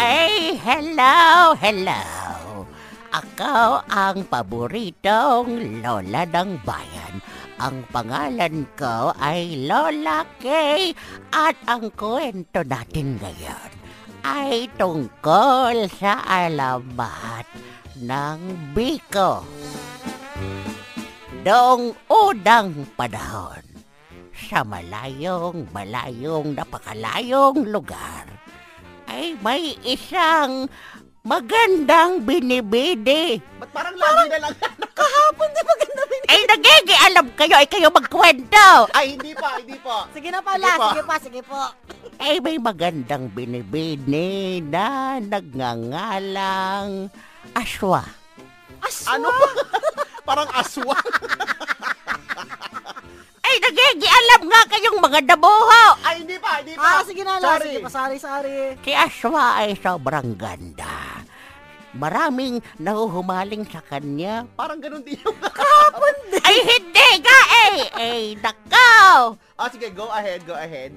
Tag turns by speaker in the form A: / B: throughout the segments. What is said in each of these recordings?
A: Ay, hello, hello. Ako ang paboritong lola ng bayan. Ang pangalan ko ay Lola Kay at ang kwento natin ngayon ay tungkol sa alamat ng Biko. Noong unang panahon, sa malayong, malayong, napakalayong lugar, ay may isang magandang binibidi.
B: Ba't parang lagi na lang?
C: Kahapon di ba ganda rin?
A: Ay, nagigialam kayo, ay kayo magkwento.
B: Ay, hindi pa, hindi pa.
C: Sige na pala,
B: Sige po.
C: sige pa, sige po.
A: ay may magandang binibini na nagngangalang aswa.
C: Aswa!
B: Ano? parang aswang.
A: Ay, nagigialam nga kayong mga dabuho!
B: Ay, hindi pa, hindi pa.
C: Ah, sige na lang.
B: Sorry.
C: Sige pa, sorry, sorry.
A: Si aswa ay sobrang ganda. Maraming nahuhumaling sa kanya.
B: Parang ganun din yung...
A: Ay, hindi ka eh! Ay, nakaw!
B: ah, sige, go ahead, go ahead.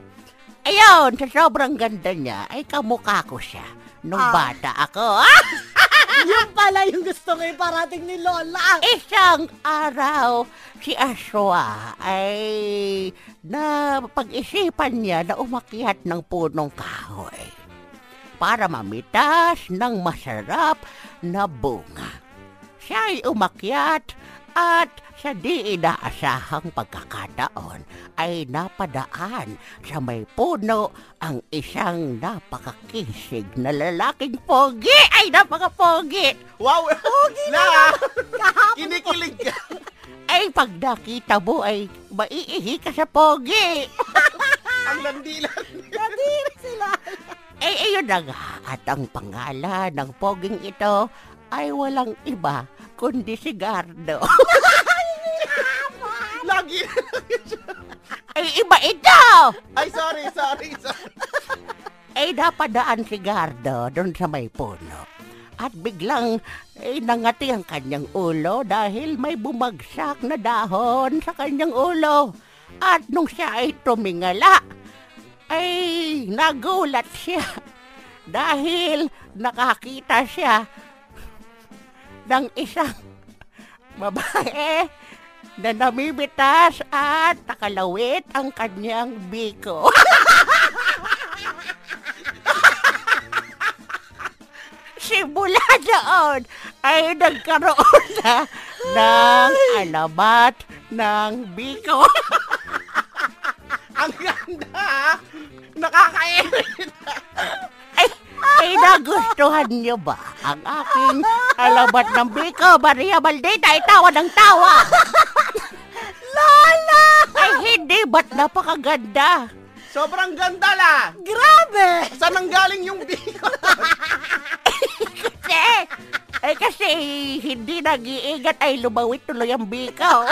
A: Ayun, sa sobrang ganda niya, ay kamukha ko siya. Nung
C: Ah.
A: bata ako, ah!
C: Yun pala yung gusto ko parating ni Lola.
A: Isang araw, si Aswa ay napag-isipan niya na umakyat ng punong kahoy para mamitas ng masarap na bunga. Siya ay umakyat at sa di inaasahang pagkakataon ay napadaan sa may puno ang isang napakakisig na lalaking pogi. Ay, napakapogi!
B: Wow! Pogi na! Kinikilig ka.
A: Ay, pag nakita mo ay maiihi ka sa pogi.
B: Ang landi lang.
C: Nadiri sila.
A: Ay, Eh, ayun na nga. At ang pangalan ng poging ito ay walang iba kundi si Gardo.
B: Lagi.
A: ay, iba ito!
B: Ay, sorry, sorry, sorry.
A: Ay, napadaan Eh, si Gardo doon sa may puno. At biglang ay, nangati ang kanyang ulo dahil may bumagsak na dahon sa kanyang ulo. At nung siya ay tumingala, ay nagulat siya dahil nakakita siya ng isang babae na namibitas at nakalawit ang kanyang biko. Simula doon ay nagkaroon na ng alamat ng biko.
B: Ang ganda, ah. ha? Nakaka-irrit.
A: Ay, ay nagustuhan niyo ba ang aking alamat ng biko? Maria Maldita, ay tawa ng tawa. Lola! Ay, hindi, ba't napakaganda?
B: Sobrang ganda la.
C: Grabe!
B: Saan ang galing yung biko?
A: Kasi, ay kasi hindi nag-iingat ay lumawit tuloy ang biko.